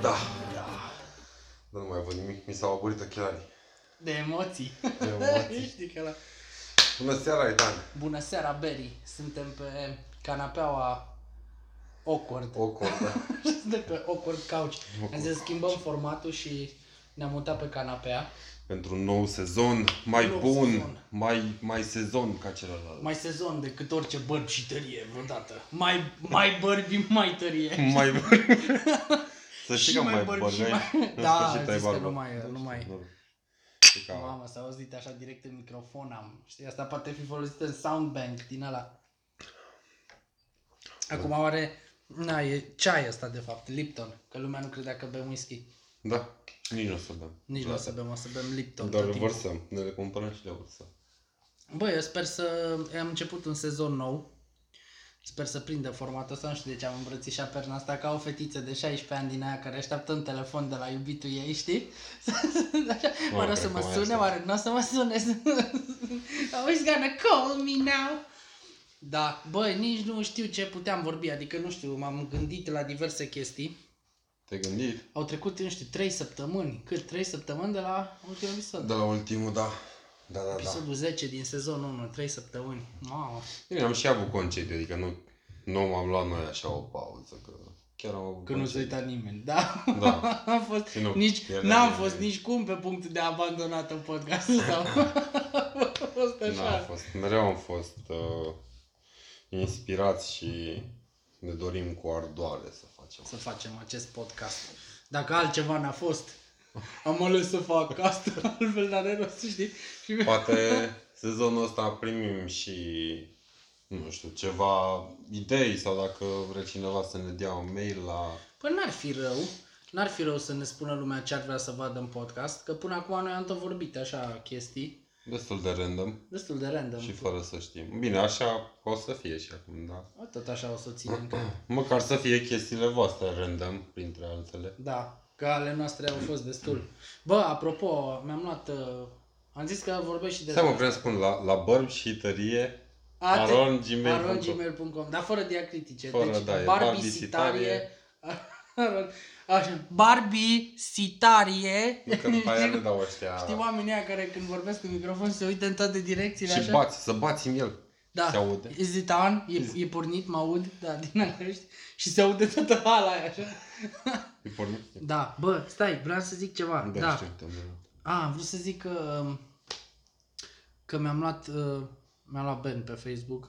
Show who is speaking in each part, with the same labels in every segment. Speaker 1: Da. ochelari
Speaker 2: De emoții.
Speaker 1: de emoții.
Speaker 2: Știi că la...
Speaker 1: Bună seara, Aidan!
Speaker 2: Bună seara, Berry. Suntem pe canapeaua Awkward.
Speaker 1: O cordă.
Speaker 2: Suntem pe Awkward Couch. Ne
Speaker 1: Awkward
Speaker 2: să schimbăm formatul și ne-am mutat pe canapea.
Speaker 1: Pentru un nou sezon mai
Speaker 2: Nou
Speaker 1: bun,
Speaker 2: sezon.
Speaker 1: Mai, mai sezon ca celălalt.
Speaker 2: Mai sezon decât orice bărbi și tărie vreodată. Mai, mai bărbi, mai tărie.
Speaker 1: Mai bun. Să știi
Speaker 2: Și
Speaker 1: că
Speaker 2: mai
Speaker 1: mai
Speaker 2: bărbi
Speaker 1: bărbi.
Speaker 2: și mai-
Speaker 1: în
Speaker 2: Da,
Speaker 1: sfârșit
Speaker 2: am
Speaker 1: ai
Speaker 2: zis că
Speaker 1: barbă.
Speaker 2: nu mai- nu mai-
Speaker 1: Da. Știi că-
Speaker 2: Mamă, s-a auzit așa direct în microfon am. Știi, asta poate fi folosită în soundbank din ala. Acum oare... Na, e ceai asta de fapt, Lipton. Că lumea nu credea că bem whisky.
Speaker 1: Da, nici nu o să bem.
Speaker 2: Nici nu o să bem, o să bem Lipton
Speaker 1: Doar
Speaker 2: tot
Speaker 1: le
Speaker 2: timpul.
Speaker 1: vărsăm, ne le cumpărăm și le vărsăm.
Speaker 2: Băi, eu sper să... Am început un sezon nou. Sper să prindă formatul ăsta, nu știu de ce am îmbrățișat perna asta ca o fetiță de 16 ani din aia care așteaptă un telefon de la iubitul ei, știi? Așa,
Speaker 1: Nu,
Speaker 2: oare o
Speaker 1: cred
Speaker 2: să
Speaker 1: că
Speaker 2: mă
Speaker 1: mai
Speaker 2: sune,
Speaker 1: asta.
Speaker 2: oare nu o să mă sune? Always gonna call me now. Da, băi, nici nu știu ce puteam vorbi, adică nu știu, m-am gândit la diverse chestii.
Speaker 1: Te-ai gândit?
Speaker 2: Au trecut, nu știu, 3 săptămâni, cât? 3 săptămâni de la ultimul episod.
Speaker 1: Da, ultimul, da. Da, da, da.
Speaker 2: Episodul 10 din sezonul 1, 3 săptămâni. Mamă.
Speaker 1: Bine, am și avut concediu, adică nu, nu m-am luat noi așa o pauză, că chiar am avut
Speaker 2: Că nu se
Speaker 1: concediu.
Speaker 2: uita nimeni, da?
Speaker 1: Da.
Speaker 2: Am fost,
Speaker 1: Și nu
Speaker 2: nici,
Speaker 1: pierdea
Speaker 2: n-am
Speaker 1: nimeni.
Speaker 2: fost nici cum pe punctul de abandonat în podcastul sau a fost
Speaker 1: Da. N-a
Speaker 2: așa.
Speaker 1: fost. Mereu am fost uh, inspirați și ne dorim cu ardoare să facem.
Speaker 2: Să facem acest podcast. Dacă altceva n-a fost, am ales să fac asta, altfel n-are rost, știi? Și
Speaker 1: Poate sezonul ăsta primim și, nu știu, ceva idei sau dacă vrea cineva să ne dea un mail la...
Speaker 2: Păi n-ar fi rău, n-ar fi rău să ne spună lumea ce ar vrea să vadă în podcast, că până acum noi am tot vorbit așa chestii,
Speaker 1: Destul de random
Speaker 2: destul de random.
Speaker 1: și fără să știm. Bine, așa o să fie și acum, da.
Speaker 2: Tot așa o să o ținem. că-
Speaker 1: Măcar să fie chestiile voastre random, printre altele.
Speaker 2: Da, că ale noastre au fost destul. Bă, apropo, mi-am luat... Uh, am zis că vorbești și
Speaker 1: Stai mă,
Speaker 2: despre...
Speaker 1: vreau să spun, la, la bărbi și tărie,
Speaker 2: Ate-
Speaker 1: arongmail.com.
Speaker 2: arongmail.com, dar fără diacritice.
Speaker 1: Fără,
Speaker 2: deci,
Speaker 1: da, e
Speaker 2: barbisitarie... aron- Așa, barbisitarie.
Speaker 1: nu că după aia le dau ăștia
Speaker 2: Știi oamenii aia care când vorbesc cu microfon se uită în toate direcțiile
Speaker 1: și
Speaker 2: așa?
Speaker 1: bați, să bați în el.
Speaker 2: da.
Speaker 1: se aude.
Speaker 2: Is it on? E, e pornit, mă aud, da, din angrești. Și se aude toată hala aia așa.
Speaker 1: E pornit?
Speaker 2: Da, bă, stai, vreau să zic ceva. Da,
Speaker 1: știu, te-am văzut.
Speaker 2: A, am vrut să zic că, um, că mi-am luat, uh, mi-am luat ban pe Facebook.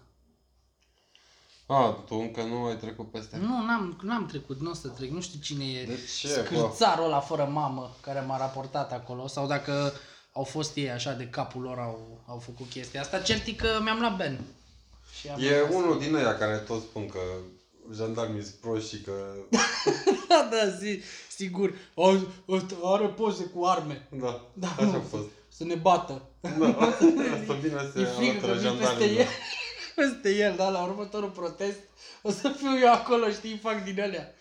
Speaker 1: A, Ah, tu încă nu ai trecut peste.
Speaker 2: Nu, n-am, n-am trecut, nu o să trec, nu știu cine e
Speaker 1: Da. De ce, bă?
Speaker 2: scârțarul ăla fără mamă care m-a raportat acolo sau dacă au fost ei așa de capul lor au, au făcut chestia asta, cert e că mi-am luat ban. Și am
Speaker 1: E unul din ăia care tot spun că jandarmii sunt proști și că...
Speaker 2: da, da, zi, sigur, o, o, are poze cu arme.
Speaker 1: Da,
Speaker 2: Da,
Speaker 1: așa a
Speaker 2: nu,
Speaker 1: fost.
Speaker 2: să ne bată.
Speaker 1: Da, asta bine se
Speaker 2: E frică că
Speaker 1: alătură
Speaker 2: vin peste
Speaker 1: jandarmii.
Speaker 2: el, peste el, da, la următorul protest o să fiu eu acolo, știi, fac din alea.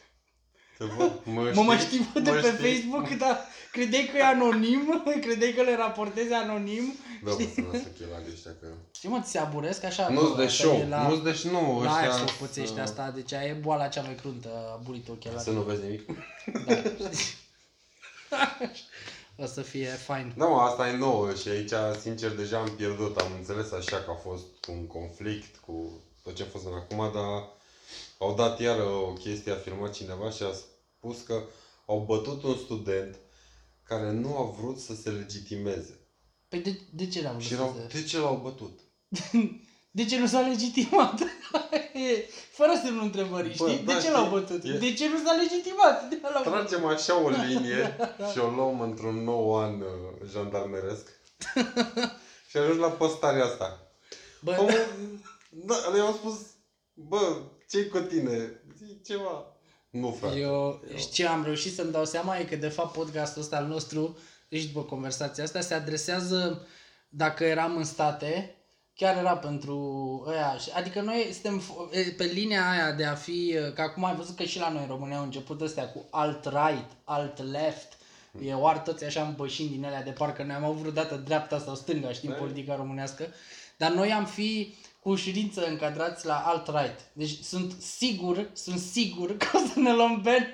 Speaker 1: Te văd, mă
Speaker 2: Mă mai
Speaker 1: știi?
Speaker 2: știi bă, de
Speaker 1: Mă
Speaker 2: pe
Speaker 1: știi?
Speaker 2: Facebook, dar credeai că e anonim, credeai că le raportezi anonim.
Speaker 1: Da, mă, să las ochelarii ăștia că...
Speaker 2: Și mă, ți se aburesc așa?
Speaker 1: Nu-s
Speaker 2: bă,
Speaker 1: de
Speaker 2: Da, asta
Speaker 1: show,
Speaker 2: e la,
Speaker 1: nu-s de și nu,
Speaker 2: la aia se
Speaker 1: sunt,
Speaker 2: pățește
Speaker 1: uh,
Speaker 2: asta, deci aia e boala cea mai cruntă a burit
Speaker 1: Să
Speaker 2: ochelari.
Speaker 1: nu vezi nimic.
Speaker 2: Da. o să fie fain.
Speaker 1: Da, mă, asta e nouă și aici, sincer, deja am pierdut. Am înțeles așa că a fost un conflict cu tot ce a fost în acum, dar au dat iară o chestie, a filmat cineva și a spus că au bătut un student care nu a vrut să se legitimeze.
Speaker 2: Păi de, de ce l-am
Speaker 1: Și erau,
Speaker 2: lăsat?
Speaker 1: de ce l-au bătut?
Speaker 2: De ce nu s-a legitimat? E Fără să nu întrebări,
Speaker 1: Bă,
Speaker 2: știi?
Speaker 1: da,
Speaker 2: de ce
Speaker 1: știi?
Speaker 2: l-au bătut?
Speaker 1: E-
Speaker 2: De ce nu s-a legitimat? De ce l-au bătut?
Speaker 1: Tragem așa o linie și o luăm într-un nou an uh, jandarmeresc și ajungi la postarea asta.
Speaker 2: Bă,
Speaker 1: Omul, da, le-am spus, bă, ce cu tine? Zi ceva. Nu, frate.
Speaker 2: Eu, știi ce am reușit să-mi dau seama e că de fapt podcastul ăsta al nostru, deci după conversația asta, se adresează, dacă eram în state, chiar era pentru ăia, și- adică noi suntem fo- e, pe linia aia de a fi, că acum ai văzut că și la noi în România au început ăstea cu alt-right, alt-left, e oar toți așa împășind din alea de parcă noi am avut vreodată dreapta sau stânga, știi, în
Speaker 1: Da.
Speaker 2: politica românească, dar noi am fi cu ușurință încadrați la alt-right. Deci sunt sigur, sunt sigur că o să ne luăm ben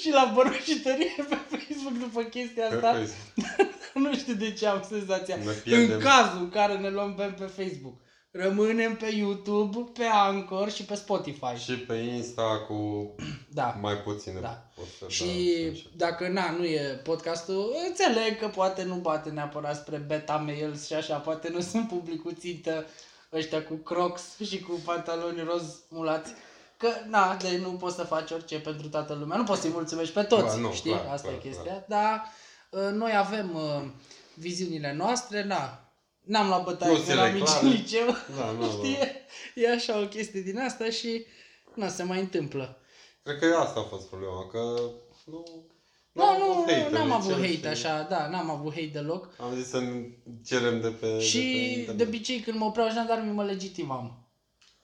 Speaker 2: și la bărușitărie pe Facebook după chestia
Speaker 1: Pe
Speaker 2: asta.
Speaker 1: Facebook.
Speaker 2: nu știu de ce am senzația.
Speaker 1: Ne pierdem.
Speaker 2: În cazul în care ne luăm pe, pe Facebook, rămânem pe YouTube, pe Anchor și pe Spotify.
Speaker 1: Și pe Insta cu
Speaker 2: Da.
Speaker 1: mai puține.
Speaker 2: Da.
Speaker 1: postări,
Speaker 2: Și
Speaker 1: da, sunt
Speaker 2: dacă na, nu e podcastul, înțeleg că poate nu bate neapărat spre beta mails și așa, poate nu sunt publicul țintă ăștia cu crocs și cu pantaloni roz mulați. Că, na, de nu poți să faci orice pentru toată lumea. Nu poți să-i mulțumești pe toți,
Speaker 1: Da, nu,
Speaker 2: știi?
Speaker 1: clar,
Speaker 2: Asta
Speaker 1: clar,
Speaker 2: e chestia. Dar uh, noi avem uh, viziunile noastre, na, n-am luat bătaie
Speaker 1: Nu
Speaker 2: de
Speaker 1: se
Speaker 2: la mici
Speaker 1: reclamă.
Speaker 2: în liceu.
Speaker 1: Da, nu, nu.
Speaker 2: știi? E așa o chestie din asta și, na, se mai întâmplă.
Speaker 1: Cred că asta a fost problema, că nu...
Speaker 2: Da, Nu, nu,
Speaker 1: hate în
Speaker 2: nu, n-am avut
Speaker 1: liceu
Speaker 2: hate
Speaker 1: și
Speaker 2: așa, da, n-am avut hate deloc.
Speaker 1: Am zis să cerem Păi, de pe
Speaker 2: și
Speaker 1: de, pe
Speaker 2: de
Speaker 1: internet.
Speaker 2: obicei când mă opreau jandarmii mă legitimam.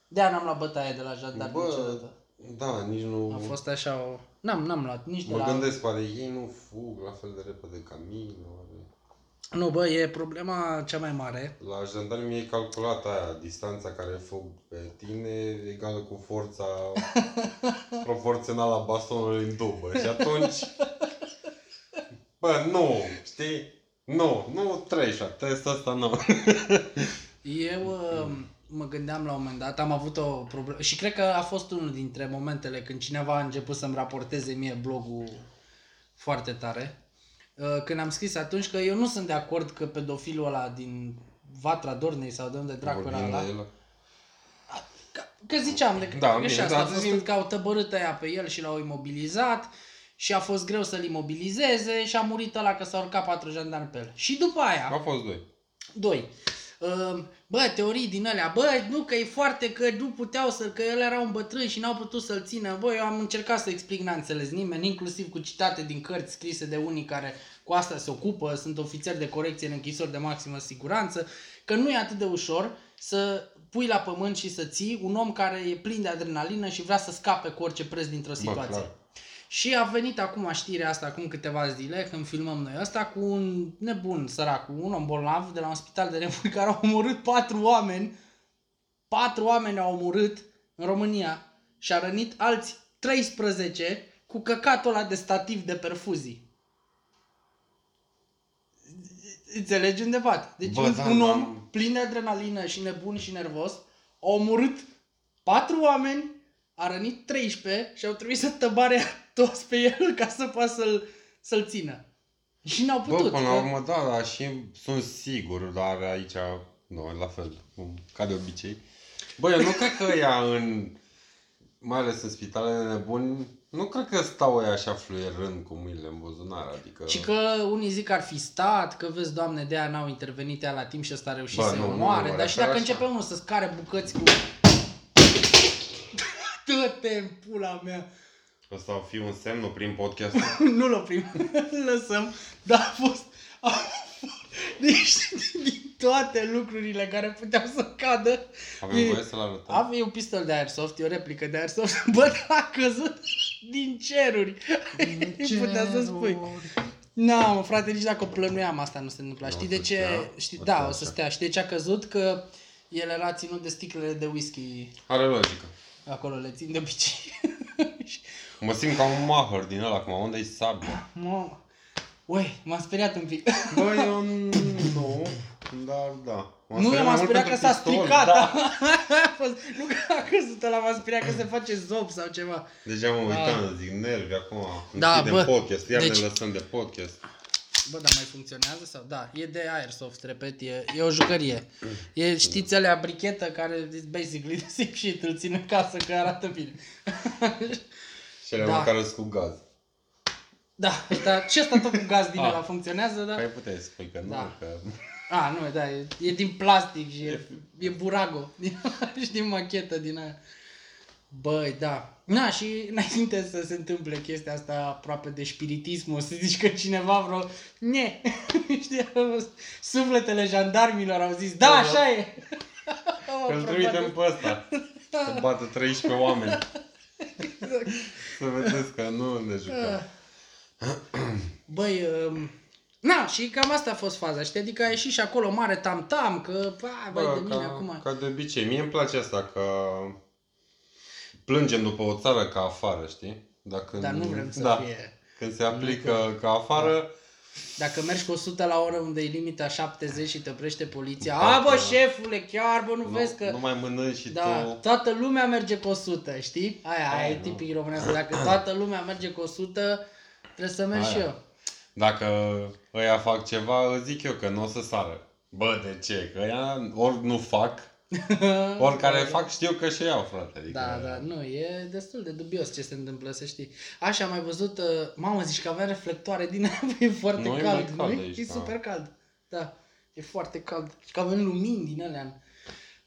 Speaker 2: de n-am luat bătaie de la jandarmi
Speaker 1: Bă,
Speaker 2: niciodată.
Speaker 1: Da, nici nu...
Speaker 2: A fost așa o... N-am, n-am luat nici de
Speaker 1: Mă
Speaker 2: la...
Speaker 1: gândesc, poate ei nu fug la fel de repede ca mine, oare...
Speaker 2: Nu, bă, e problema cea mai mare.
Speaker 1: La jandarmi e calculată aia, distanța care fug pe tine egală cu forța proporțională a bastonului în dubă. Și atunci, bă, nu, știi? Nu, nu treci la testul ăsta, nu.
Speaker 2: Eu uh, mă gândeam la un moment dat, am avut o problemă și cred că a fost unul dintre momentele când cineva a început să-mi raporteze mie blogul foarte tare. Uh, Când am scris atunci că eu nu sunt de acord că pedofilul ăla din Vatra Dornei sau de unde dracu era
Speaker 1: Vorbim
Speaker 2: ăla,
Speaker 1: de el.
Speaker 2: Că, că ziceam, de,
Speaker 1: Da,
Speaker 2: da, că
Speaker 1: bine,
Speaker 2: și asta
Speaker 1: da,
Speaker 2: a fost
Speaker 1: zicem-
Speaker 2: când că au tăbărât aia pe el și l-au imobilizat și a fost greu să-l imobilizeze și a murit ăla că s-a urcat patru jandarmi pe el. Și după aia,
Speaker 1: Au fost doi.
Speaker 2: doi, uh, bă, teorii din alea, bă, nu că e foarte că nu puteau să, că el era un bătrân și n-au putut să-l țină. Bă, eu am încercat să explic, n-a înțeles nimeni, inclusiv cu citate din cărți scrise de unii care cu asta se ocupă, sunt ofițeri de corecție în închisori de maximă siguranță, că nu e atât de ușor să pui la pământ și să ții un om care e plin de adrenalină și vrea să scape cu orice preț dintr-o situație.
Speaker 1: clar.
Speaker 2: Și a venit acum știrea asta, acum câteva zile, când filmăm noi asta, cu un nebun sărac, cu un om bolnav de la un spital de nebuni care a omorât patru oameni. Patru oameni au omorât în România și a rănit alți 13 cu căcatul ăla de stativ de perfuzii. Înțelegi unde bat. Deci
Speaker 1: Bă,
Speaker 2: Bă, un,
Speaker 1: da,
Speaker 2: da, un
Speaker 1: da.
Speaker 2: om plin de adrenalină și nebun și nervos a omorât patru oameni, a rănit 13 și au trebuit să tăbare toți pe el ca să poată să-l, să-l țină. Și n-au
Speaker 1: Bă,
Speaker 2: putut.
Speaker 1: până la
Speaker 2: că-
Speaker 1: urmă, da, da, și sunt sigur, dar aici, nu, la fel, cum- ca de obicei. Bă, eu nu cred că ea în, mai ales în spitalele de nebuni, nu cred că stau ea așa fluierând cu mâinile în buzunar, adică...
Speaker 2: Și că unii zic că ar fi stat, că vezi, doamne, de aia n-au intervenit ea la timp și ăsta a reușit
Speaker 1: Bă,
Speaker 2: să-i
Speaker 1: nu, nu,
Speaker 2: omoare.
Speaker 1: nu,
Speaker 2: Dar și
Speaker 1: refer
Speaker 2: dacă
Speaker 1: așa.
Speaker 2: începe unul să-ți care bucăți cu... Dă-te în pula mea!
Speaker 1: Ăsta o fi un semn, nu prin podcast.
Speaker 2: Nu-l oprim, îl lăsăm, dar a fost... A fost deci, din toate lucrurile care puteau să cadă...
Speaker 1: Avem
Speaker 2: e-
Speaker 1: voie să-l arătăm?
Speaker 2: Avea un pistol de airsoft, e o replică de airsoft, bă, dar a căzut din ceruri. Din putea să spui. Na, mă, frate, nici dacă o plănuiam, asta nu se întâmpla.
Speaker 1: Nu,
Speaker 2: Știi de
Speaker 1: să
Speaker 2: ce?
Speaker 1: stea,
Speaker 2: Știi,
Speaker 1: o
Speaker 2: da,
Speaker 1: stea
Speaker 2: o să
Speaker 1: așa.
Speaker 2: stea. Știi de ce a căzut? Că el era ținut de sticlele de whisky.
Speaker 1: Are logică.
Speaker 2: Acolo le țin de obicei. Și-
Speaker 1: Mă simt ca un mahăr din ăla acum, unde-i sabia?
Speaker 2: Mamă. Ui, m-am speriat un pic.
Speaker 1: Bă, eu nu, dar da. M-am
Speaker 2: nu,
Speaker 1: speriat mai
Speaker 2: eu m-am
Speaker 1: mult
Speaker 2: speriat că
Speaker 1: pentru
Speaker 2: s-a
Speaker 1: pistol,
Speaker 2: stricat.
Speaker 1: da.
Speaker 2: Da. A fost- nu că a căzut ăla, m-am speriat că se face zob sau ceva.
Speaker 1: Deja mă uitam,
Speaker 2: Da.
Speaker 1: zic nervi acum,
Speaker 2: Da,
Speaker 1: da, bă,
Speaker 2: bă,
Speaker 1: podcast, iar deci...
Speaker 2: deci-
Speaker 1: ne lăsăm de podcast.
Speaker 2: Bă, dar mai funcționează sau? Da, e de airsoft, repet, e, e o jucărie. E, știți, alea brichetă care is basically de sip și îl țin în casă că arată bine.
Speaker 1: Și alea
Speaker 2: Da.
Speaker 1: da. care cu gaz.
Speaker 2: da, dar ce asta tot cu gaz din
Speaker 1: Ah.
Speaker 2: ăla funcționează, da?
Speaker 1: Păi puteai să spui că nu,
Speaker 2: Da.
Speaker 1: că...
Speaker 2: A, nu, da, e, e din plastic și e, e burago. Din, și din machetă din aia. Băi, da. Na, și înainte să se întâmple chestia asta aproape de spiritism, o să zici că cineva vreo... Ne! Știi, a fost- sufletele jandarmilor au zis, da,
Speaker 1: Da, da.
Speaker 2: așa e! Au
Speaker 1: Îl
Speaker 2: aprobat
Speaker 1: trimitem pe ăsta. Să bată 13 oameni.
Speaker 2: Da. exact.
Speaker 1: Să vedeți că nu ne
Speaker 2: Ah.
Speaker 1: jucăm.
Speaker 2: Băi, um, na, și cam asta a fost faza, știi? Adică a ieșit și acolo mare tam-tam, că, a, băi, de mine
Speaker 1: ca,
Speaker 2: acum.
Speaker 1: ca de obicei. Mie îmi place asta că plângem după o țară ca afară, știi? Dacă
Speaker 2: Dar nu vrem să
Speaker 1: da,
Speaker 2: fie...
Speaker 1: Când se aplică ca afară,
Speaker 2: Dacă mergi cu 100 la oră unde e limita 70 și te oprește poliția,
Speaker 1: Da,
Speaker 2: a bă
Speaker 1: da.
Speaker 2: șefule, chiar bă nu,
Speaker 1: Nu,
Speaker 2: vezi că...
Speaker 1: nu mai mănânci și
Speaker 2: da,
Speaker 1: tu...
Speaker 2: toată lumea merge cu 100, știi? Aia, aia
Speaker 1: Aia,
Speaker 2: e
Speaker 1: nu.
Speaker 2: tipic românească. Dacă toată lumea merge cu 100, trebuie să mergi
Speaker 1: Aia.
Speaker 2: și eu.
Speaker 1: Dacă ăia fac ceva, îți zic eu că nu o să sară. Bă, de ce? Că ea ori nu fac, ori care fac știu că și iau, frate. Adică,
Speaker 2: Da, da, nu, e destul de dubios ce se întâmplă, să știi. Așa, am mai văzut, uh, mamă, zici că avea reflectoare din apă, e foarte
Speaker 1: Nu, e mai
Speaker 2: cald, nu
Speaker 1: cald
Speaker 2: e?
Speaker 1: aici,
Speaker 2: e
Speaker 1: da.
Speaker 2: super cald, da, e foarte cald. Și că avem lumini din alea.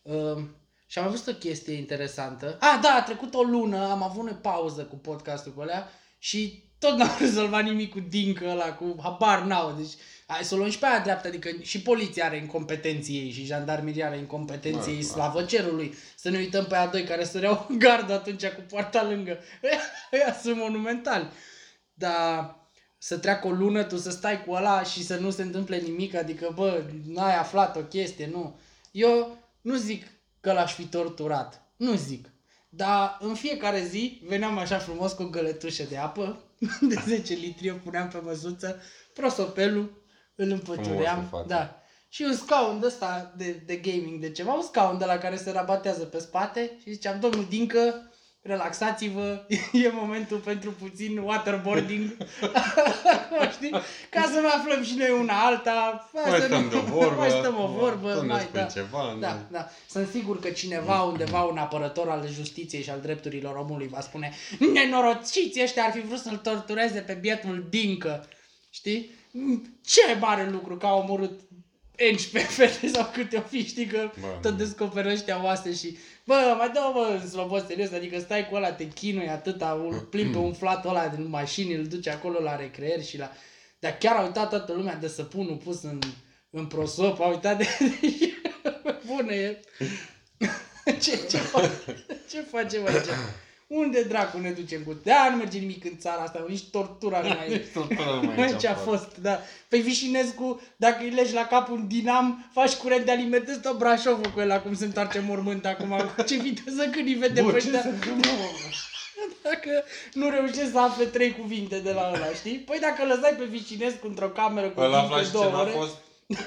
Speaker 2: Uh, și am mai văzut o chestie interesantă. Ah, da, a trecut o lună, am avut o pauză cu podcastul cu alea și tot n-am rezolvat nimic cu dincă ăla, cu habar n-au, deci hai să o luăm și pe aia dreaptă, adică și poliția are incompetenții ei și jandarmeria are incompetenții
Speaker 1: Da,
Speaker 2: ei,
Speaker 1: da.
Speaker 2: slavă cerului, să ne uităm pe a doi care stăreau în gardă atunci cu poarta lângă, ăia sunt monumentali, dar să treacă o lună, tu să stai cu ăla și să nu se întâmple nimic, adică bă, n-ai aflat o chestie, nu. Eu nu zic că l-aș fi torturat, nu zic. Dar în fiecare zi veneam așa frumos cu o gălătușă de apă, de 10 litri, eu puneam pe măsuță, prosopelul, îl
Speaker 1: Frumos în
Speaker 2: împătuream,
Speaker 1: față.
Speaker 2: da. Și un scaun de ăsta de, de gaming, de ceva, un scaun de la care se rabatează pe spate și ziceam, domnul Dincă, relaxați-vă, e momentul pentru puțin waterboarding, știi? Ca să mai aflăm și noi una alta,
Speaker 1: Mai
Speaker 2: să
Speaker 1: stăm
Speaker 2: nu-
Speaker 1: de o vorbă,
Speaker 2: mai stăm o
Speaker 1: tu
Speaker 2: vorbă,
Speaker 1: ne
Speaker 2: mai,
Speaker 1: spui
Speaker 2: da.
Speaker 1: ceva,
Speaker 2: Da,
Speaker 1: nu.
Speaker 2: da. Sunt sigur că cineva undeva, un apărător al justiției și al drepturilor omului va spune Nenorociți ăștia ar fi vrut să-l tortureze pe bietul Dincă. Știi? Mm, Ce mare lucru că au omorât 11 fete sau câte o fi, știi că
Speaker 1: Bă,
Speaker 2: tot
Speaker 1: nu.
Speaker 2: descoperă ăștia oase și bă, mai dă mă în slobos serios, adică stai cu ăla, te chinui atâta, îl plimbi pe umflatul ăla din mașini, îl duci acolo la recreeri și la... Dar chiar a uitat toată lumea de săpunul pus în, în prosop, a uitat de... Bună e! Ce, ce, fac- ce facem aici? Unde dracu ne ducem cu... Da, nu merge nimic în țara asta, nici tortura nu mai e.
Speaker 1: Tortura nu mai
Speaker 2: Mai
Speaker 1: e
Speaker 2: ce a
Speaker 1: fost.
Speaker 2: fost, da. Păi Vișinescu, dacă îi legi la cap un dinam, faci curent de alimente, stă Brașovul cu el acum se întoarce mormânt acum, cu ce viteză când îi vede
Speaker 1: Bă,
Speaker 2: pe
Speaker 1: ce
Speaker 2: ăștia.
Speaker 1: se întâmplă, mă?
Speaker 2: Dacă nu reușești să afle trei cuvinte de la ăla, știi? Păi dacă lăsai pe Vișinescu într-o cameră cu
Speaker 1: Ăla
Speaker 2: timp de
Speaker 1: afla și ce
Speaker 2: două
Speaker 1: n-a
Speaker 2: ore,
Speaker 1: fost?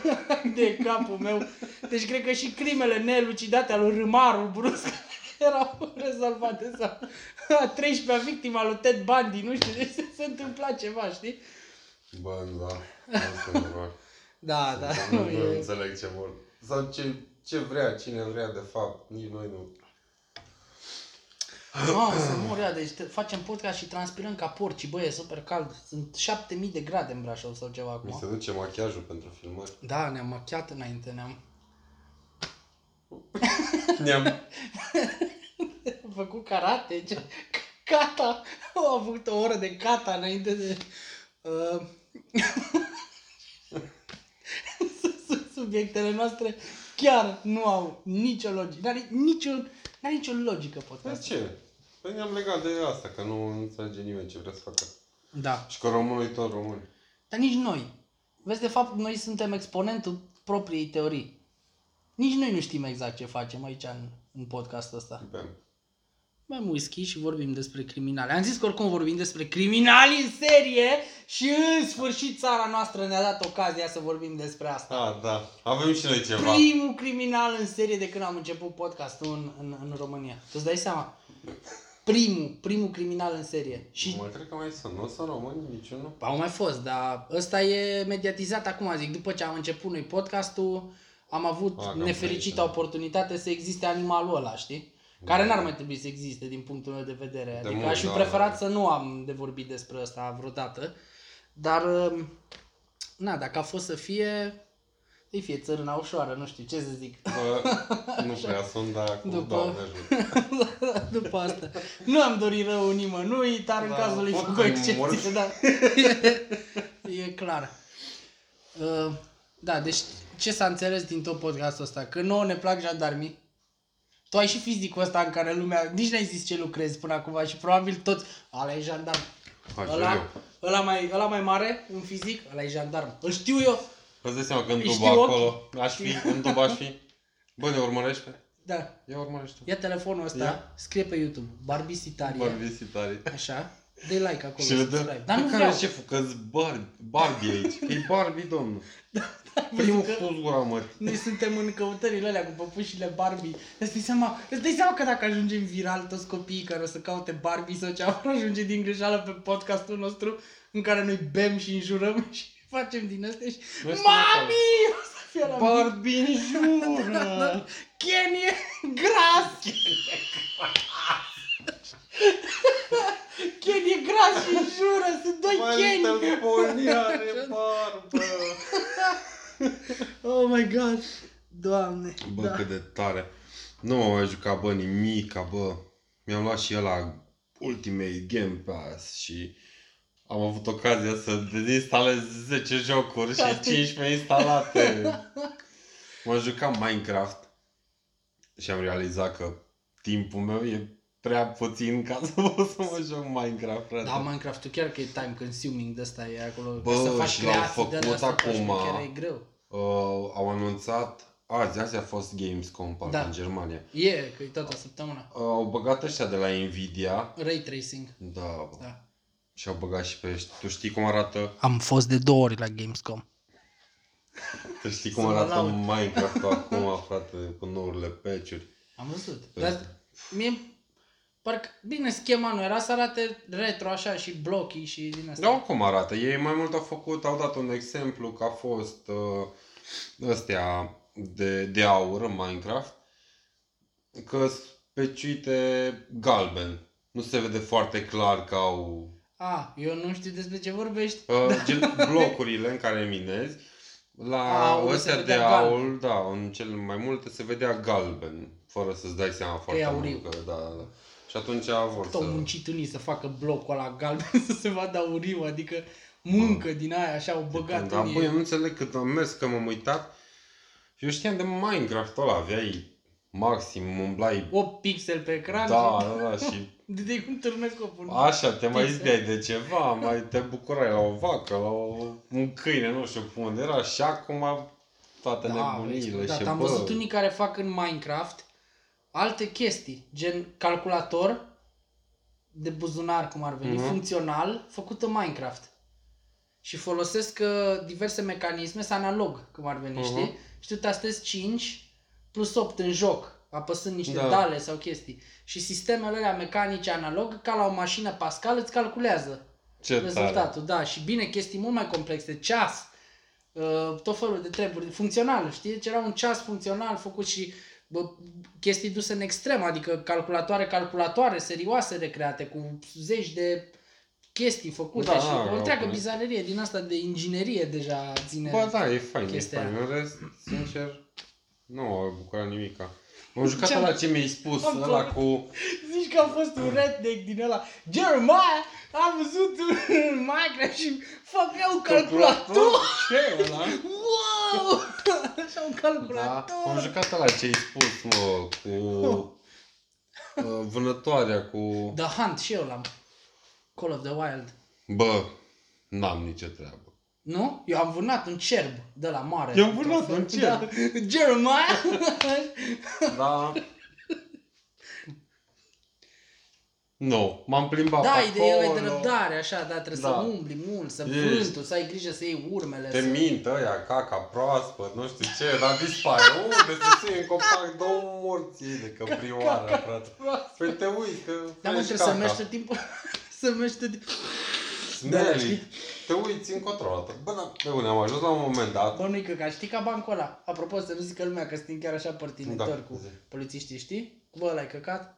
Speaker 2: de capul meu. Deci cred că și crimele nelucidate al lui Râmarul brusc erau rezolvate sau a 13-a victima lui Ted Bundy, nu știu, deci se, se întâmpla ceva, știi?
Speaker 1: Bă, nu, da. Nu sunt de acord.
Speaker 2: Da, da,
Speaker 1: Dar
Speaker 2: nu
Speaker 1: nu, nu
Speaker 2: e...
Speaker 1: înțeleg ce vor. Sau ce, ce vrea, cine vrea de fapt. Nici noi nu.
Speaker 2: Mamă, să mor ea, deci te- facem podcast și transpirăm ca porci, băie, super cald. Sunt 7000 de grade în Brașov sau ceva
Speaker 1: Mi se
Speaker 2: acum.
Speaker 1: duce machiajul pentru filmări.
Speaker 2: Da, ne-am machiat înainte, ne-am
Speaker 1: Ne-am...
Speaker 2: făcut karate, ce... kata, au avut o oră de kata înainte de... Uh... Subiectele noastre chiar nu au nicio logică, n-are niciun, n-are nicio logică
Speaker 1: De
Speaker 2: podcast.
Speaker 1: ce? Păi ne-am legat de asta, că nu înțelege nimeni ce vrea să facă.
Speaker 2: Da.
Speaker 1: Și că românul e tot român.
Speaker 2: Dar nici noi. Vezi, de fapt, noi suntem exponentul propriei teorii. Nici noi nu știm exact ce facem aici în, în podcastul ăsta.
Speaker 1: Bem.
Speaker 2: Mai whisky și vorbim despre criminale. Am zis că oricum vorbim despre criminali în serie și în sfârșit țara noastră ne-a dat ocazia să vorbim despre asta.
Speaker 1: A, da. Avem și noi ceva.
Speaker 2: Primul criminal în serie de când am început podcastul în, în, în România. Tu îți dai seama? Primul, primul criminal în serie. Și
Speaker 1: Mă, cred că mai sunt. Nu sunt români niciunul.
Speaker 2: Au mai fost, dar ăsta e mediatizat acum, zic. După ce am început noi podcastul, am avut
Speaker 1: Ah,
Speaker 2: A,
Speaker 1: cam
Speaker 2: nefericită
Speaker 1: aici, da.
Speaker 2: oportunitate să existe animalul ăla, știi? Care n-ar mai trebui să existe din punctul meu de vedere.
Speaker 1: De
Speaker 2: Adică
Speaker 1: mult,
Speaker 2: aș fi
Speaker 1: da,
Speaker 2: preferat
Speaker 1: da.
Speaker 2: să nu am de vorbit despre ăsta vreodată. Dar, um, na, dacă a fost să fie, îi fie țărâna ușoară, nu știu ce să zic.
Speaker 1: Bă, nu prea sunt, dar cu
Speaker 2: După-
Speaker 1: După... doamne ajută.
Speaker 2: După asta. Nu am dorit rău nimănui, dar în
Speaker 1: Da,
Speaker 2: cazul lui
Speaker 1: oricum
Speaker 2: fac o excepție,
Speaker 1: mor.
Speaker 2: da. e clar. Uh, da, deci ce s-a înțeles din tot podcastul ăsta? Că nouă ne plac jandarmii. Tu ai și fizicul ăsta în care lumea, nici n-ai zis ce lucrezi până acum și probabil toți, ăla e jandarm.
Speaker 1: Așa
Speaker 2: Ăla,
Speaker 1: eu.
Speaker 2: ăla, mai, ăla mai mare, un fizic, ăla e jandarm. Îl știu eu.
Speaker 1: Îți dai seama că în
Speaker 2: Îi
Speaker 1: dubă
Speaker 2: știu
Speaker 1: acolo aș fi, în dubă aș fi. Bă, ne urmărești pe?
Speaker 2: Da.
Speaker 1: Ia urmărește.
Speaker 2: Ia telefonul ăsta,
Speaker 1: Ia.
Speaker 2: scrie pe YouTube,
Speaker 1: Bă,
Speaker 2: Barbisitaria.
Speaker 1: vizitare.
Speaker 2: Așa. Dai like acolo.
Speaker 1: Și le dă,
Speaker 2: subscribe. Dar nu
Speaker 1: care
Speaker 2: vreau.
Speaker 1: e șeful, că-s Barbie, Barbie aici, că e Barbie, domnul. Primul
Speaker 2: Da, că-
Speaker 1: pus gura, mă.
Speaker 2: Noi suntem în căutările alea cu păpușile Barbie. Îți dai seama, îți dai seama că dacă ajungem viral toți copiii care o să caute Barbie sau ce vor ajunge din greșeală pe podcastul nostru în care noi bem și înjurăm și facem din astea și
Speaker 1: Noi suntem
Speaker 2: Mami! O să fie la mine.
Speaker 1: Barbie în jură!
Speaker 2: Ken e gras! Ken e gras și înjură! Sunt doi Keni!
Speaker 1: Barbie are barbă!
Speaker 2: Oh my god! Doamne!
Speaker 1: Bă,
Speaker 2: da.
Speaker 1: cât de tare. Nu m-am mai jucat, bă, nimica, bă. Mi-am luat și ăla Ultimate Game Pass și am avut ocazia să dezinstalez 10 jocuri și
Speaker 2: Practic.
Speaker 1: 15 instalate. M-am jucat Minecraft și am realizat că timpul meu e prea puțin ca să pot să mă joc Minecraft, frate.
Speaker 2: Da, Minecraft-ul chiar că e time consuming de asta e acolo.
Speaker 1: Bă,
Speaker 2: Ca să faci
Speaker 1: și l-au
Speaker 2: creații
Speaker 1: făcut
Speaker 2: de-alea, să faci
Speaker 1: acum.
Speaker 2: Chiar e greu.
Speaker 1: Uh, au anunțat, azi, azi a fost Gamescom, parcă,
Speaker 2: Da.
Speaker 1: în Germania.
Speaker 2: E, că e toată săptămâna.
Speaker 1: Uh, au băgat ăștia de la Nvidia.
Speaker 2: Ray tracing.
Speaker 1: Da, bă.
Speaker 2: Da.
Speaker 1: Și au băgat și pe ăștia. Tu știi cum arată?
Speaker 2: Am fost de două ori la Gamescom.
Speaker 1: Tu știi cum
Speaker 2: Să mă
Speaker 1: arată
Speaker 2: laud.
Speaker 1: Minecraft acum, frate, cu noile patch-uri.
Speaker 2: Am văzut.
Speaker 1: Pe
Speaker 2: Dar
Speaker 1: ăsta.
Speaker 2: mie... Parcă, bine, schema nu era să arate retro așa și blochii și din asta.
Speaker 1: Da, cum arată? Ei mai mult au făcut, au dat un exemplu că a fost uh, ăstea de, de aur în Minecraft, că specite galben. Nu se vede foarte clar că au
Speaker 2: A, eu nu știu despre ce vorbești.
Speaker 1: Uh, gen, blocurile în care minezi, la
Speaker 2: Aurul se
Speaker 1: ăstea de
Speaker 2: vedea
Speaker 1: aul, da, în cele mai multe se vedea galben, fără să-ți dai seama foarte
Speaker 2: auriu.
Speaker 1: mult că, da, da, da. Și atunci vor
Speaker 2: Tot au
Speaker 1: să...
Speaker 2: muncit unii să facă blocul ăla galben să se vadă auriu, adică muncă din aia așa au băgat
Speaker 1: da,
Speaker 2: unii.
Speaker 1: băi, eu nu înțeleg cât am mers, că m-am uitat. Eu știam de Minecraft ăla, aveai maxim, umblai...
Speaker 2: 8 pixel pe ecran
Speaker 1: Da,
Speaker 2: și
Speaker 1: da, da, și
Speaker 2: de cum târnesc copul.
Speaker 1: Așa, te mai
Speaker 2: Pixel.
Speaker 1: zdeai de ceva, mai te bucurai la o vacă, la o, un câine, nu știu pe unde era și acum toate nebuniile
Speaker 2: da,
Speaker 1: și
Speaker 2: am
Speaker 1: bă,
Speaker 2: văzut unii care fac în Minecraft alte chestii, gen calculator de buzunar, cum ar veni,
Speaker 1: Mhm.
Speaker 2: funcțional, făcut în Minecraft. Și folosesc uh, diverse mecanisme, să analog, cum ar veni,
Speaker 1: Mhm.
Speaker 2: știi? Și tu tastezi 5 plus 8 în joc, apăsând niște
Speaker 1: Da.
Speaker 2: dale sau chestii. Și sistemele alea mecanice analog, ca la o mașină Pascal, îți calculează
Speaker 1: ce tare.
Speaker 2: rezultatul, da. Și bine, chestii mult mai complexe, ceas, uh, tot felul de treburi, funcțional, știi? Deci era un ceas funcțional făcut și bă, chestii duse în extrem, adică calculatoare, calculatoare, serioase recreate, cu zeci de chestii făcute
Speaker 1: Da,
Speaker 2: și
Speaker 1: da,
Speaker 2: o întreagă
Speaker 1: da.
Speaker 2: bizarerie din asta de inginerie deja ține.
Speaker 1: Bă, da, e fain, e
Speaker 2: chestia
Speaker 1: fain. În rest, sincer, nu m-am bucurat nimica. M-am jucat
Speaker 2: Ce-am-
Speaker 1: la ce mi-ai spus,
Speaker 2: Am
Speaker 1: ăla
Speaker 2: părut.
Speaker 1: cu...
Speaker 2: Zici că a fost un redneck din ăla. Jeremiah a văzut în Minecraft și făcea un calculator.
Speaker 1: Ce ăla?
Speaker 2: Wow! Așa un
Speaker 1: Da,
Speaker 2: calculator.
Speaker 1: am jucat la ce ai spus, mă, cu... uh, Vânătoarea cu...
Speaker 2: The Hunt și eu l-am. Call of the Wild.
Speaker 1: Bă, n-am nicio treabă.
Speaker 2: Nu? Eu am vânat un cerb de la mare.
Speaker 1: I-am vânat un cerb.
Speaker 2: Da. Jeremiah.
Speaker 1: Da. Nu, m-am plimbat
Speaker 2: da,
Speaker 1: pe
Speaker 2: e de, el e de
Speaker 1: acolo.
Speaker 2: răbdare, așa, da, trebuie
Speaker 1: Da.
Speaker 2: să umbli mult, să
Speaker 1: Ești.
Speaker 2: vânturi, să ai grijă să iei urmele.
Speaker 1: Te
Speaker 2: să...
Speaker 1: mint ăia, caca proaspăt, nu știu ce, dar dispare. Unde se suie în copac două morți de căprioară, frate. Păi te uiți că
Speaker 2: Da, mă,
Speaker 1: faci
Speaker 2: trebuie să
Speaker 1: caca.
Speaker 2: mergi tot timpul. să mergi tot timpul.
Speaker 1: Smelly.
Speaker 2: Da, știi?
Speaker 1: Te uiți încotro o dată. Bă, da, pe unde am ajuns la un moment dat.
Speaker 2: Bă, nu-i căcat, știi ca bancul ăla. Apropo, să nu zică lumea că suntem chiar așa părtinitori
Speaker 1: Da,
Speaker 2: cu
Speaker 1: zi.
Speaker 2: polițiștii, știi? Bă, ăla-i căcat.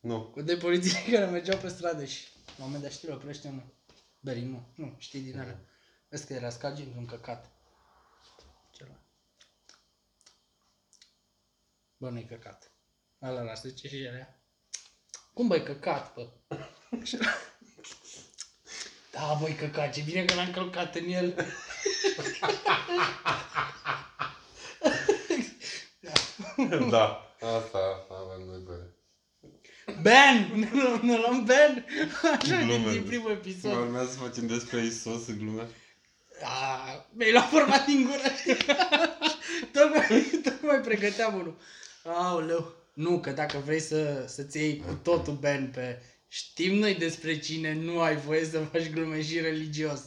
Speaker 1: Nu.
Speaker 2: Cu doi polițiști care mergeau pe stradă și la un moment dat știi, oprește nu. Beri, nu, nu, știi din alea. Vezi că era scaging un căcat. Ceva. Bă, nu-i căcat. Ala la se ce și era. Cum băi căcat, bă? Și ăla, Da, băi căcat, ce bine că l-am călcat în el.
Speaker 1: da. Asta avem noi pe...
Speaker 2: Ben! Ne luăm Ben! Așa
Speaker 1: Glumez.
Speaker 2: din, din primul episod.
Speaker 1: Mai urmează să facem despre Isus în glume.
Speaker 2: Ah, mi-ai luat forma din gură, știi? tocmai, tocmai pregăteam unul. Aoleu. Nu, că dacă vrei să, să-ți iei cu totul Ben pe Știm noi despre cine nu ai voie să faci glume și religios.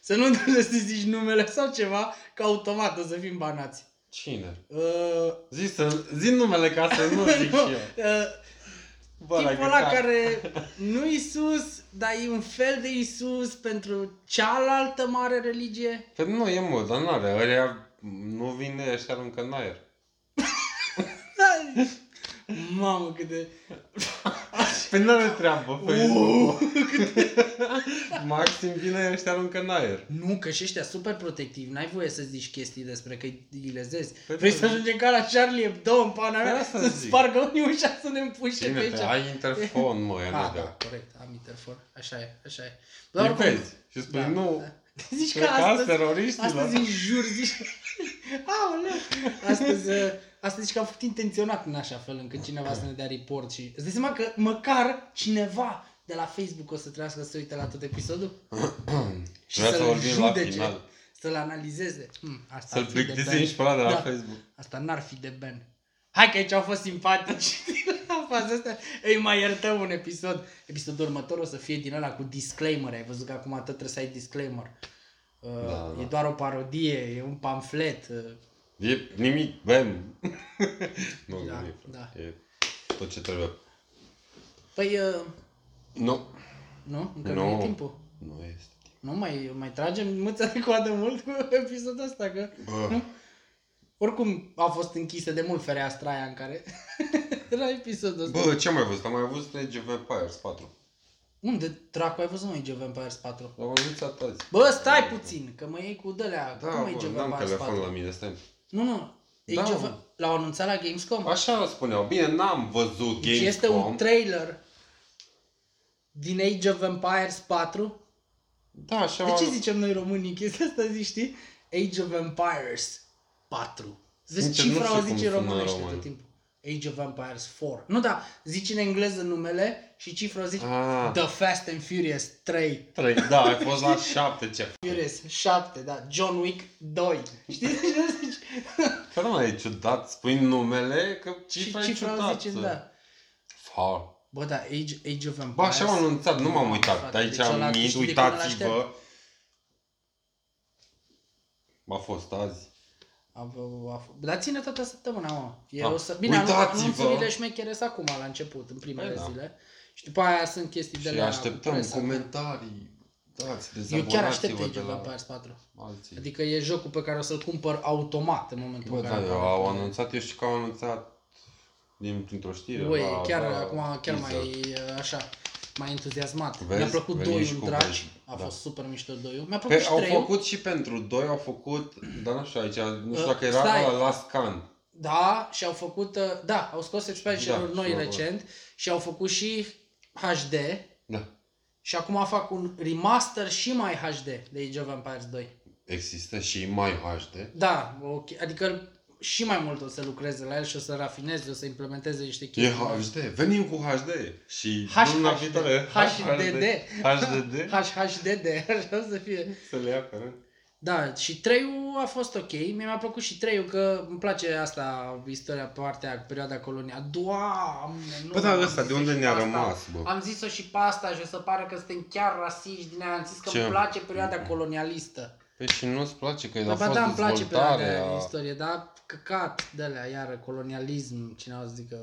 Speaker 2: Să nu trebuie să zici numele sau ceva, că automat o să fim banați.
Speaker 1: Cine?
Speaker 2: Uh,
Speaker 1: Zi, să, zi numele ca să nu zic și eu.
Speaker 2: uh,
Speaker 1: Bă, da.
Speaker 2: tipul
Speaker 1: dacă
Speaker 2: ăla
Speaker 1: ca-
Speaker 2: care nu Isus, dar e un fel de Isus pentru cealaltă mare religie.
Speaker 1: Că Păi nu e mult, dar n-are. Ăia nu vine și aruncă în aer.
Speaker 2: Mamă, cât de...
Speaker 1: Păi n-are treabă. Păi...
Speaker 2: Uuu,
Speaker 1: Maxim vine și aruncă în aer.
Speaker 2: Nu, că și ăștia super protectivi, n-ai voie să zici chestii despre că îi lezezi.
Speaker 1: Păi
Speaker 2: Vrei
Speaker 1: da,
Speaker 2: să
Speaker 1: zic.
Speaker 2: ajungem ca la Charlie Hebdo în pana
Speaker 1: Păi
Speaker 2: mea,
Speaker 1: asta
Speaker 2: să
Speaker 1: zic.
Speaker 2: spargă unii ușa să ne împuște pe
Speaker 1: Cine
Speaker 2: Deci, aici.
Speaker 1: te? Ai interfon, mă, e
Speaker 2: Ah,
Speaker 1: da.
Speaker 2: da, corect, am interfor, așa e, așa e.
Speaker 1: Îi
Speaker 2: oricum-
Speaker 1: vezi și spui
Speaker 2: Da,
Speaker 1: nu.
Speaker 2: da. Zici că
Speaker 1: Cred că azi
Speaker 2: astăzi,
Speaker 1: teroriștilor.
Speaker 2: astăzi în jur, zici... Aoleu! Astăzi, uh, astăzi zici că am făcut intenționat în așa fel încât cineva să ne dea report și... Îți dai seama că măcar cineva de la Facebook o să trească să se uite la tot episodul? Și
Speaker 1: Vreau să
Speaker 2: să-l
Speaker 1: vorbim la
Speaker 2: judece.
Speaker 1: final.
Speaker 2: Să-l analizeze. Hm, asta
Speaker 1: Să-l
Speaker 2: ar fi de
Speaker 1: plictisim
Speaker 2: ban.
Speaker 1: și pe ăla de la
Speaker 2: Da.
Speaker 1: Facebook.
Speaker 2: Asta n-ar fi de ben. Hai că aici au fost simpatici. La faza asta îi mai iertăm un episod. Episodul următor o să fie din ăla cu disclaimer. Ai văzut că acum tot trebuie să ai disclaimer. Uh,
Speaker 1: Da, da.
Speaker 2: E doar o parodie, e un pamflet. Uh,
Speaker 1: E nimic, bem. nu,
Speaker 2: Da,
Speaker 1: nimic.
Speaker 2: da.
Speaker 1: E tot ce trebuie.
Speaker 2: păi, uh,
Speaker 1: Nu.
Speaker 2: nu? Încă nu,
Speaker 1: Nu.
Speaker 2: e timpul.
Speaker 1: Nu este.
Speaker 2: Nu mai, mai tragem mâța de coadă mult cu episodul ăsta, că
Speaker 1: Bă.
Speaker 2: Nu? oricum a fost închisă de mult fereastra aia în care era episodul ăsta.
Speaker 1: Bă, ce am mai văzut? Am mai văzut Age of Empires 4.
Speaker 2: Unde dracu ai văzut, mă, Age of Empires 4?
Speaker 1: L-am văzut atât.
Speaker 2: Bă, stai puțin, că mă iei cu dălea.
Speaker 1: Da,
Speaker 2: Cum
Speaker 1: bă,
Speaker 2: Age of
Speaker 1: n-am
Speaker 2: Empires 4?
Speaker 1: telefon la mine, stai.
Speaker 2: Nu, nu.
Speaker 1: Da,
Speaker 2: Age of...
Speaker 1: mă.
Speaker 2: L-au anunțat la Gamescom.
Speaker 1: Așa spuneau. Bine, n-am văzut
Speaker 2: Deci
Speaker 1: Gamescom.
Speaker 2: este un trailer din Age of Empires 4.
Speaker 1: Da, așa
Speaker 2: De
Speaker 1: m-am-
Speaker 2: ce zicem noi românii chestia asta, zi, știi? Age of Empires 4. Vezi,
Speaker 1: Sincer, nu
Speaker 2: cifra o
Speaker 1: știu cum
Speaker 2: zice
Speaker 1: sună
Speaker 2: românește
Speaker 1: român.
Speaker 2: tot timpul. Age of Empires 4. Nu, da, zici în engleză numele și cifra o zici
Speaker 1: Ah.
Speaker 2: The Fast and Furious 3.
Speaker 1: Trei. Da, ai fost la șapte, ce
Speaker 2: Furious 7, da, John Wick 2. Știi? Deci nu zici-
Speaker 1: Că nu mai e ciudat, spui numele, că cifra,
Speaker 2: și
Speaker 1: e
Speaker 2: cifra
Speaker 1: ciudat.
Speaker 2: o zice, da.
Speaker 1: Far.
Speaker 2: Bă, da, Age, Age of Empires.
Speaker 1: Bă, așa m-am anunțat, nu m-am uitat.
Speaker 2: Frate,
Speaker 1: De aici
Speaker 2: deci ăla
Speaker 1: am mint,
Speaker 2: câștigă până la
Speaker 1: uitați-vă. A fost azi.
Speaker 2: A, a, a, dar ține toată săptămâna, mă. E,
Speaker 1: Da.
Speaker 2: o să, bine,
Speaker 1: Uitați-vă!
Speaker 2: anunțurile șmechere sunt acum, la început, în primele
Speaker 1: Păi da.
Speaker 2: zile. Și după aia sunt chestii de
Speaker 1: Și
Speaker 2: la
Speaker 1: așteptăm
Speaker 2: presa.
Speaker 1: comentarii. Dați,
Speaker 2: Eu chiar aștept
Speaker 1: dezabonați-vă
Speaker 2: Age
Speaker 1: de
Speaker 2: of
Speaker 1: la
Speaker 2: Empires 4.
Speaker 1: alții.
Speaker 2: Adică e jocul pe care o să-l cumpăr automat în momentul
Speaker 1: Bă,
Speaker 2: în care
Speaker 1: da, eu
Speaker 2: apare.
Speaker 1: au anunțat, eu știu că au anunțat din, printr-o știre.
Speaker 2: Băi,
Speaker 1: la-
Speaker 2: chiar
Speaker 1: la
Speaker 2: acum chiar
Speaker 1: da, teaser.
Speaker 2: mai uh, așa mai entuziasmat.
Speaker 1: Vezi?
Speaker 2: Mi-a plăcut
Speaker 1: Veni și
Speaker 2: doiul
Speaker 1: cu
Speaker 2: dragi,
Speaker 1: vești.
Speaker 2: a
Speaker 1: Da.
Speaker 2: fost super mișto doiul. Mi-a plăcut
Speaker 1: Pe,
Speaker 2: și
Speaker 1: Păi, au
Speaker 2: treiul.
Speaker 1: făcut și pentru doi, au făcut, dar nu știu aici, nu știu
Speaker 2: Uh,
Speaker 1: dacă era
Speaker 2: stai.
Speaker 1: la Last Can.
Speaker 2: Da, și au făcut, uh, da, au scos expansion-uri
Speaker 1: Da,
Speaker 2: noi
Speaker 1: și au
Speaker 2: recent și au făcut și HD
Speaker 1: Da.
Speaker 2: și acum fac un remaster și mai HD de Age of Empires 2.
Speaker 1: Există și mai HD.
Speaker 2: Da, ok, adică și mai mult o să lucreze la el și o să rafineze, o să implementeze niște
Speaker 1: E
Speaker 2: chestii.
Speaker 1: HD. Venim cu HD. Și
Speaker 2: H-
Speaker 1: luna
Speaker 2: HD.
Speaker 1: viitoare
Speaker 2: HDD.
Speaker 1: HDD.
Speaker 2: HHDD, așa o să fie.
Speaker 1: Să le ia pe rând.
Speaker 2: Da, și 3 a fost ok. Mie mi-a plăcut și 3 că îmi place asta, istoria, partea, perioada colonia. Doamne, nu!
Speaker 1: Bă, dar
Speaker 2: am
Speaker 1: Păi da, ăsta de
Speaker 2: zis-o
Speaker 1: unde
Speaker 2: și
Speaker 1: ne-a
Speaker 2: pe asta.
Speaker 1: rămas, bă?
Speaker 2: Am zis-o și pe asta și o să pară că suntem chiar rasiști din aia. Am zis că
Speaker 1: Ce?
Speaker 2: îmi place perioada colonialistă.
Speaker 1: Păi și nu-ți place că
Speaker 2: Da,
Speaker 1: a
Speaker 2: ba
Speaker 1: fost
Speaker 2: da, îmi place perioada
Speaker 1: dezvoltarea.
Speaker 2: aia de istorie, dar căcat de alea, iară, colonialism, cine au zic că...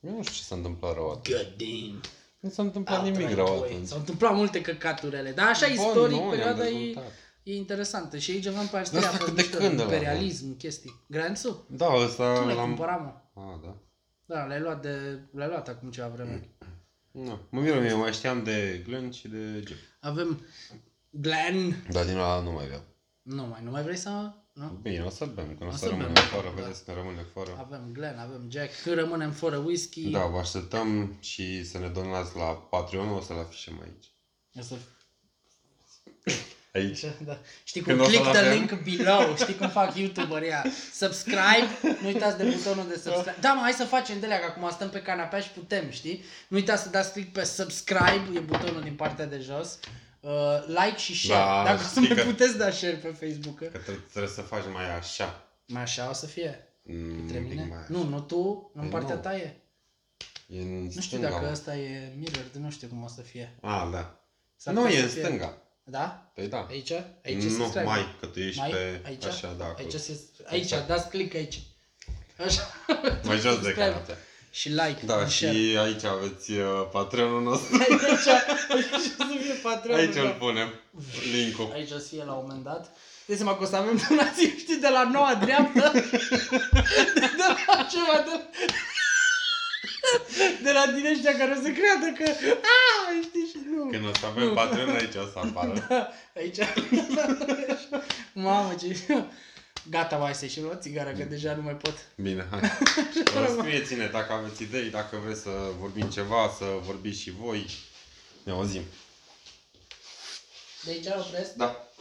Speaker 1: Eu nu știu ce s-a întâmplat rău atunci.
Speaker 2: God damn.
Speaker 1: Nu s-a întâmplat nimic
Speaker 2: Outright
Speaker 1: rău
Speaker 2: point.
Speaker 1: atunci.
Speaker 2: S-au întâmplat multe căcaturele, dar da, așa
Speaker 1: Bă,
Speaker 2: istoric,
Speaker 1: noi am
Speaker 2: perioada e,
Speaker 1: dezvoltat.
Speaker 2: e interesantă. Și Age of Empires
Speaker 1: Dar
Speaker 2: 3 a
Speaker 1: asta
Speaker 2: fost
Speaker 1: cât de
Speaker 2: mișto,
Speaker 1: când ăla, mă?
Speaker 2: imperialism, chestii. Granțu?
Speaker 1: Da, ăsta
Speaker 2: Tu l-ai
Speaker 1: l-am...
Speaker 2: cumpărat, mă.
Speaker 1: Ah, da.
Speaker 2: Da, l-ai luat, de, l-ai luat acum ceva vreme.
Speaker 1: Mm. Nu, mă miră, eu mai știam de Glenn și de Jeff.
Speaker 2: Avem Glenn.
Speaker 1: Dar din ăla nu mai vreau.
Speaker 2: Nu mai, nu mai vrei să... Nu?
Speaker 1: Bine, o să bem, că nu o
Speaker 2: O
Speaker 1: să
Speaker 2: să
Speaker 1: rămânem
Speaker 2: bem,
Speaker 1: fără,
Speaker 2: da.
Speaker 1: vedeți că rămâne fără.
Speaker 2: Avem Glenn, avem Jack. Când rămânem fără whisky,
Speaker 1: Da, vă așteptăm și să ne donați la Patreon, o să-l afișăm aici.
Speaker 2: o să...
Speaker 1: Aici.
Speaker 2: Așa, da. Știi cum
Speaker 1: Când o să-l
Speaker 2: click the
Speaker 1: avem?
Speaker 2: link below, știi cum fac youtuberii ăia. Subscribe, nu uitați de butonul de subscribe. Da, mă, hai să facem de alea, că acum stăm pe canapea și putem, știi? Nu uitați să dați click pe subscribe, e butonul din partea de jos. Uh, like și
Speaker 1: Da,
Speaker 2: share. Dacă o să
Speaker 1: știi
Speaker 2: mai
Speaker 1: că-
Speaker 2: puteți da share pe Facebook.
Speaker 1: Că tre- trebuie să faci mai așa.
Speaker 2: Mai așa o să fie?
Speaker 1: Mm,
Speaker 2: Către
Speaker 1: un pic
Speaker 2: mine?
Speaker 1: mai așa.
Speaker 2: Nu, nu tu, în
Speaker 1: Păi
Speaker 2: partea
Speaker 1: nu.
Speaker 2: ta e.
Speaker 1: E în
Speaker 2: Nu știu
Speaker 1: stânga,
Speaker 2: dacă
Speaker 1: mă.
Speaker 2: ăsta e mirrored, nu știu cum o să fie.
Speaker 1: A, da.
Speaker 2: S-ar
Speaker 1: nu,
Speaker 2: putea
Speaker 1: e
Speaker 2: să
Speaker 1: în
Speaker 2: fie-
Speaker 1: stânga.
Speaker 2: Da?
Speaker 1: Păi da.
Speaker 2: Aici? Aici se
Speaker 1: nu,
Speaker 2: subscribe.
Speaker 1: mai, că tu ești
Speaker 2: Mai?
Speaker 1: pe...
Speaker 2: Aici?
Speaker 1: Așa, da. Aici,
Speaker 2: Aici,
Speaker 1: cu...
Speaker 2: se, aici
Speaker 1: Exact.
Speaker 2: dați click aici. Așa.
Speaker 1: Mai jos de
Speaker 2: Subscribe
Speaker 1: canapea.
Speaker 2: Și like,
Speaker 1: Da,
Speaker 2: and
Speaker 1: și
Speaker 2: share.
Speaker 1: aici aveți uh, patronul nostru.
Speaker 2: Aici, aici o să fie patronul.
Speaker 1: Aici
Speaker 2: da.
Speaker 1: îl punem, link-ul.
Speaker 2: Aici o să fie la un moment dat. Deci seama că o să avem donații, știi, de la noua dreaptă. De, de la ceva, de, de la din ăștia care o să creadă că... A, știi, și nu.
Speaker 1: Când o să avem patron, aici o să apară.
Speaker 2: Aici. Mamă, ce... Gata, mai să ieșim la țigară, că deja nu mai pot.
Speaker 1: Bine, hai. Vă Scrieți-ne dacă aveți idei, dacă vreți să vorbim ceva, să vorbiți și voi. Ne auzim.
Speaker 2: De aici opresc?
Speaker 1: Da.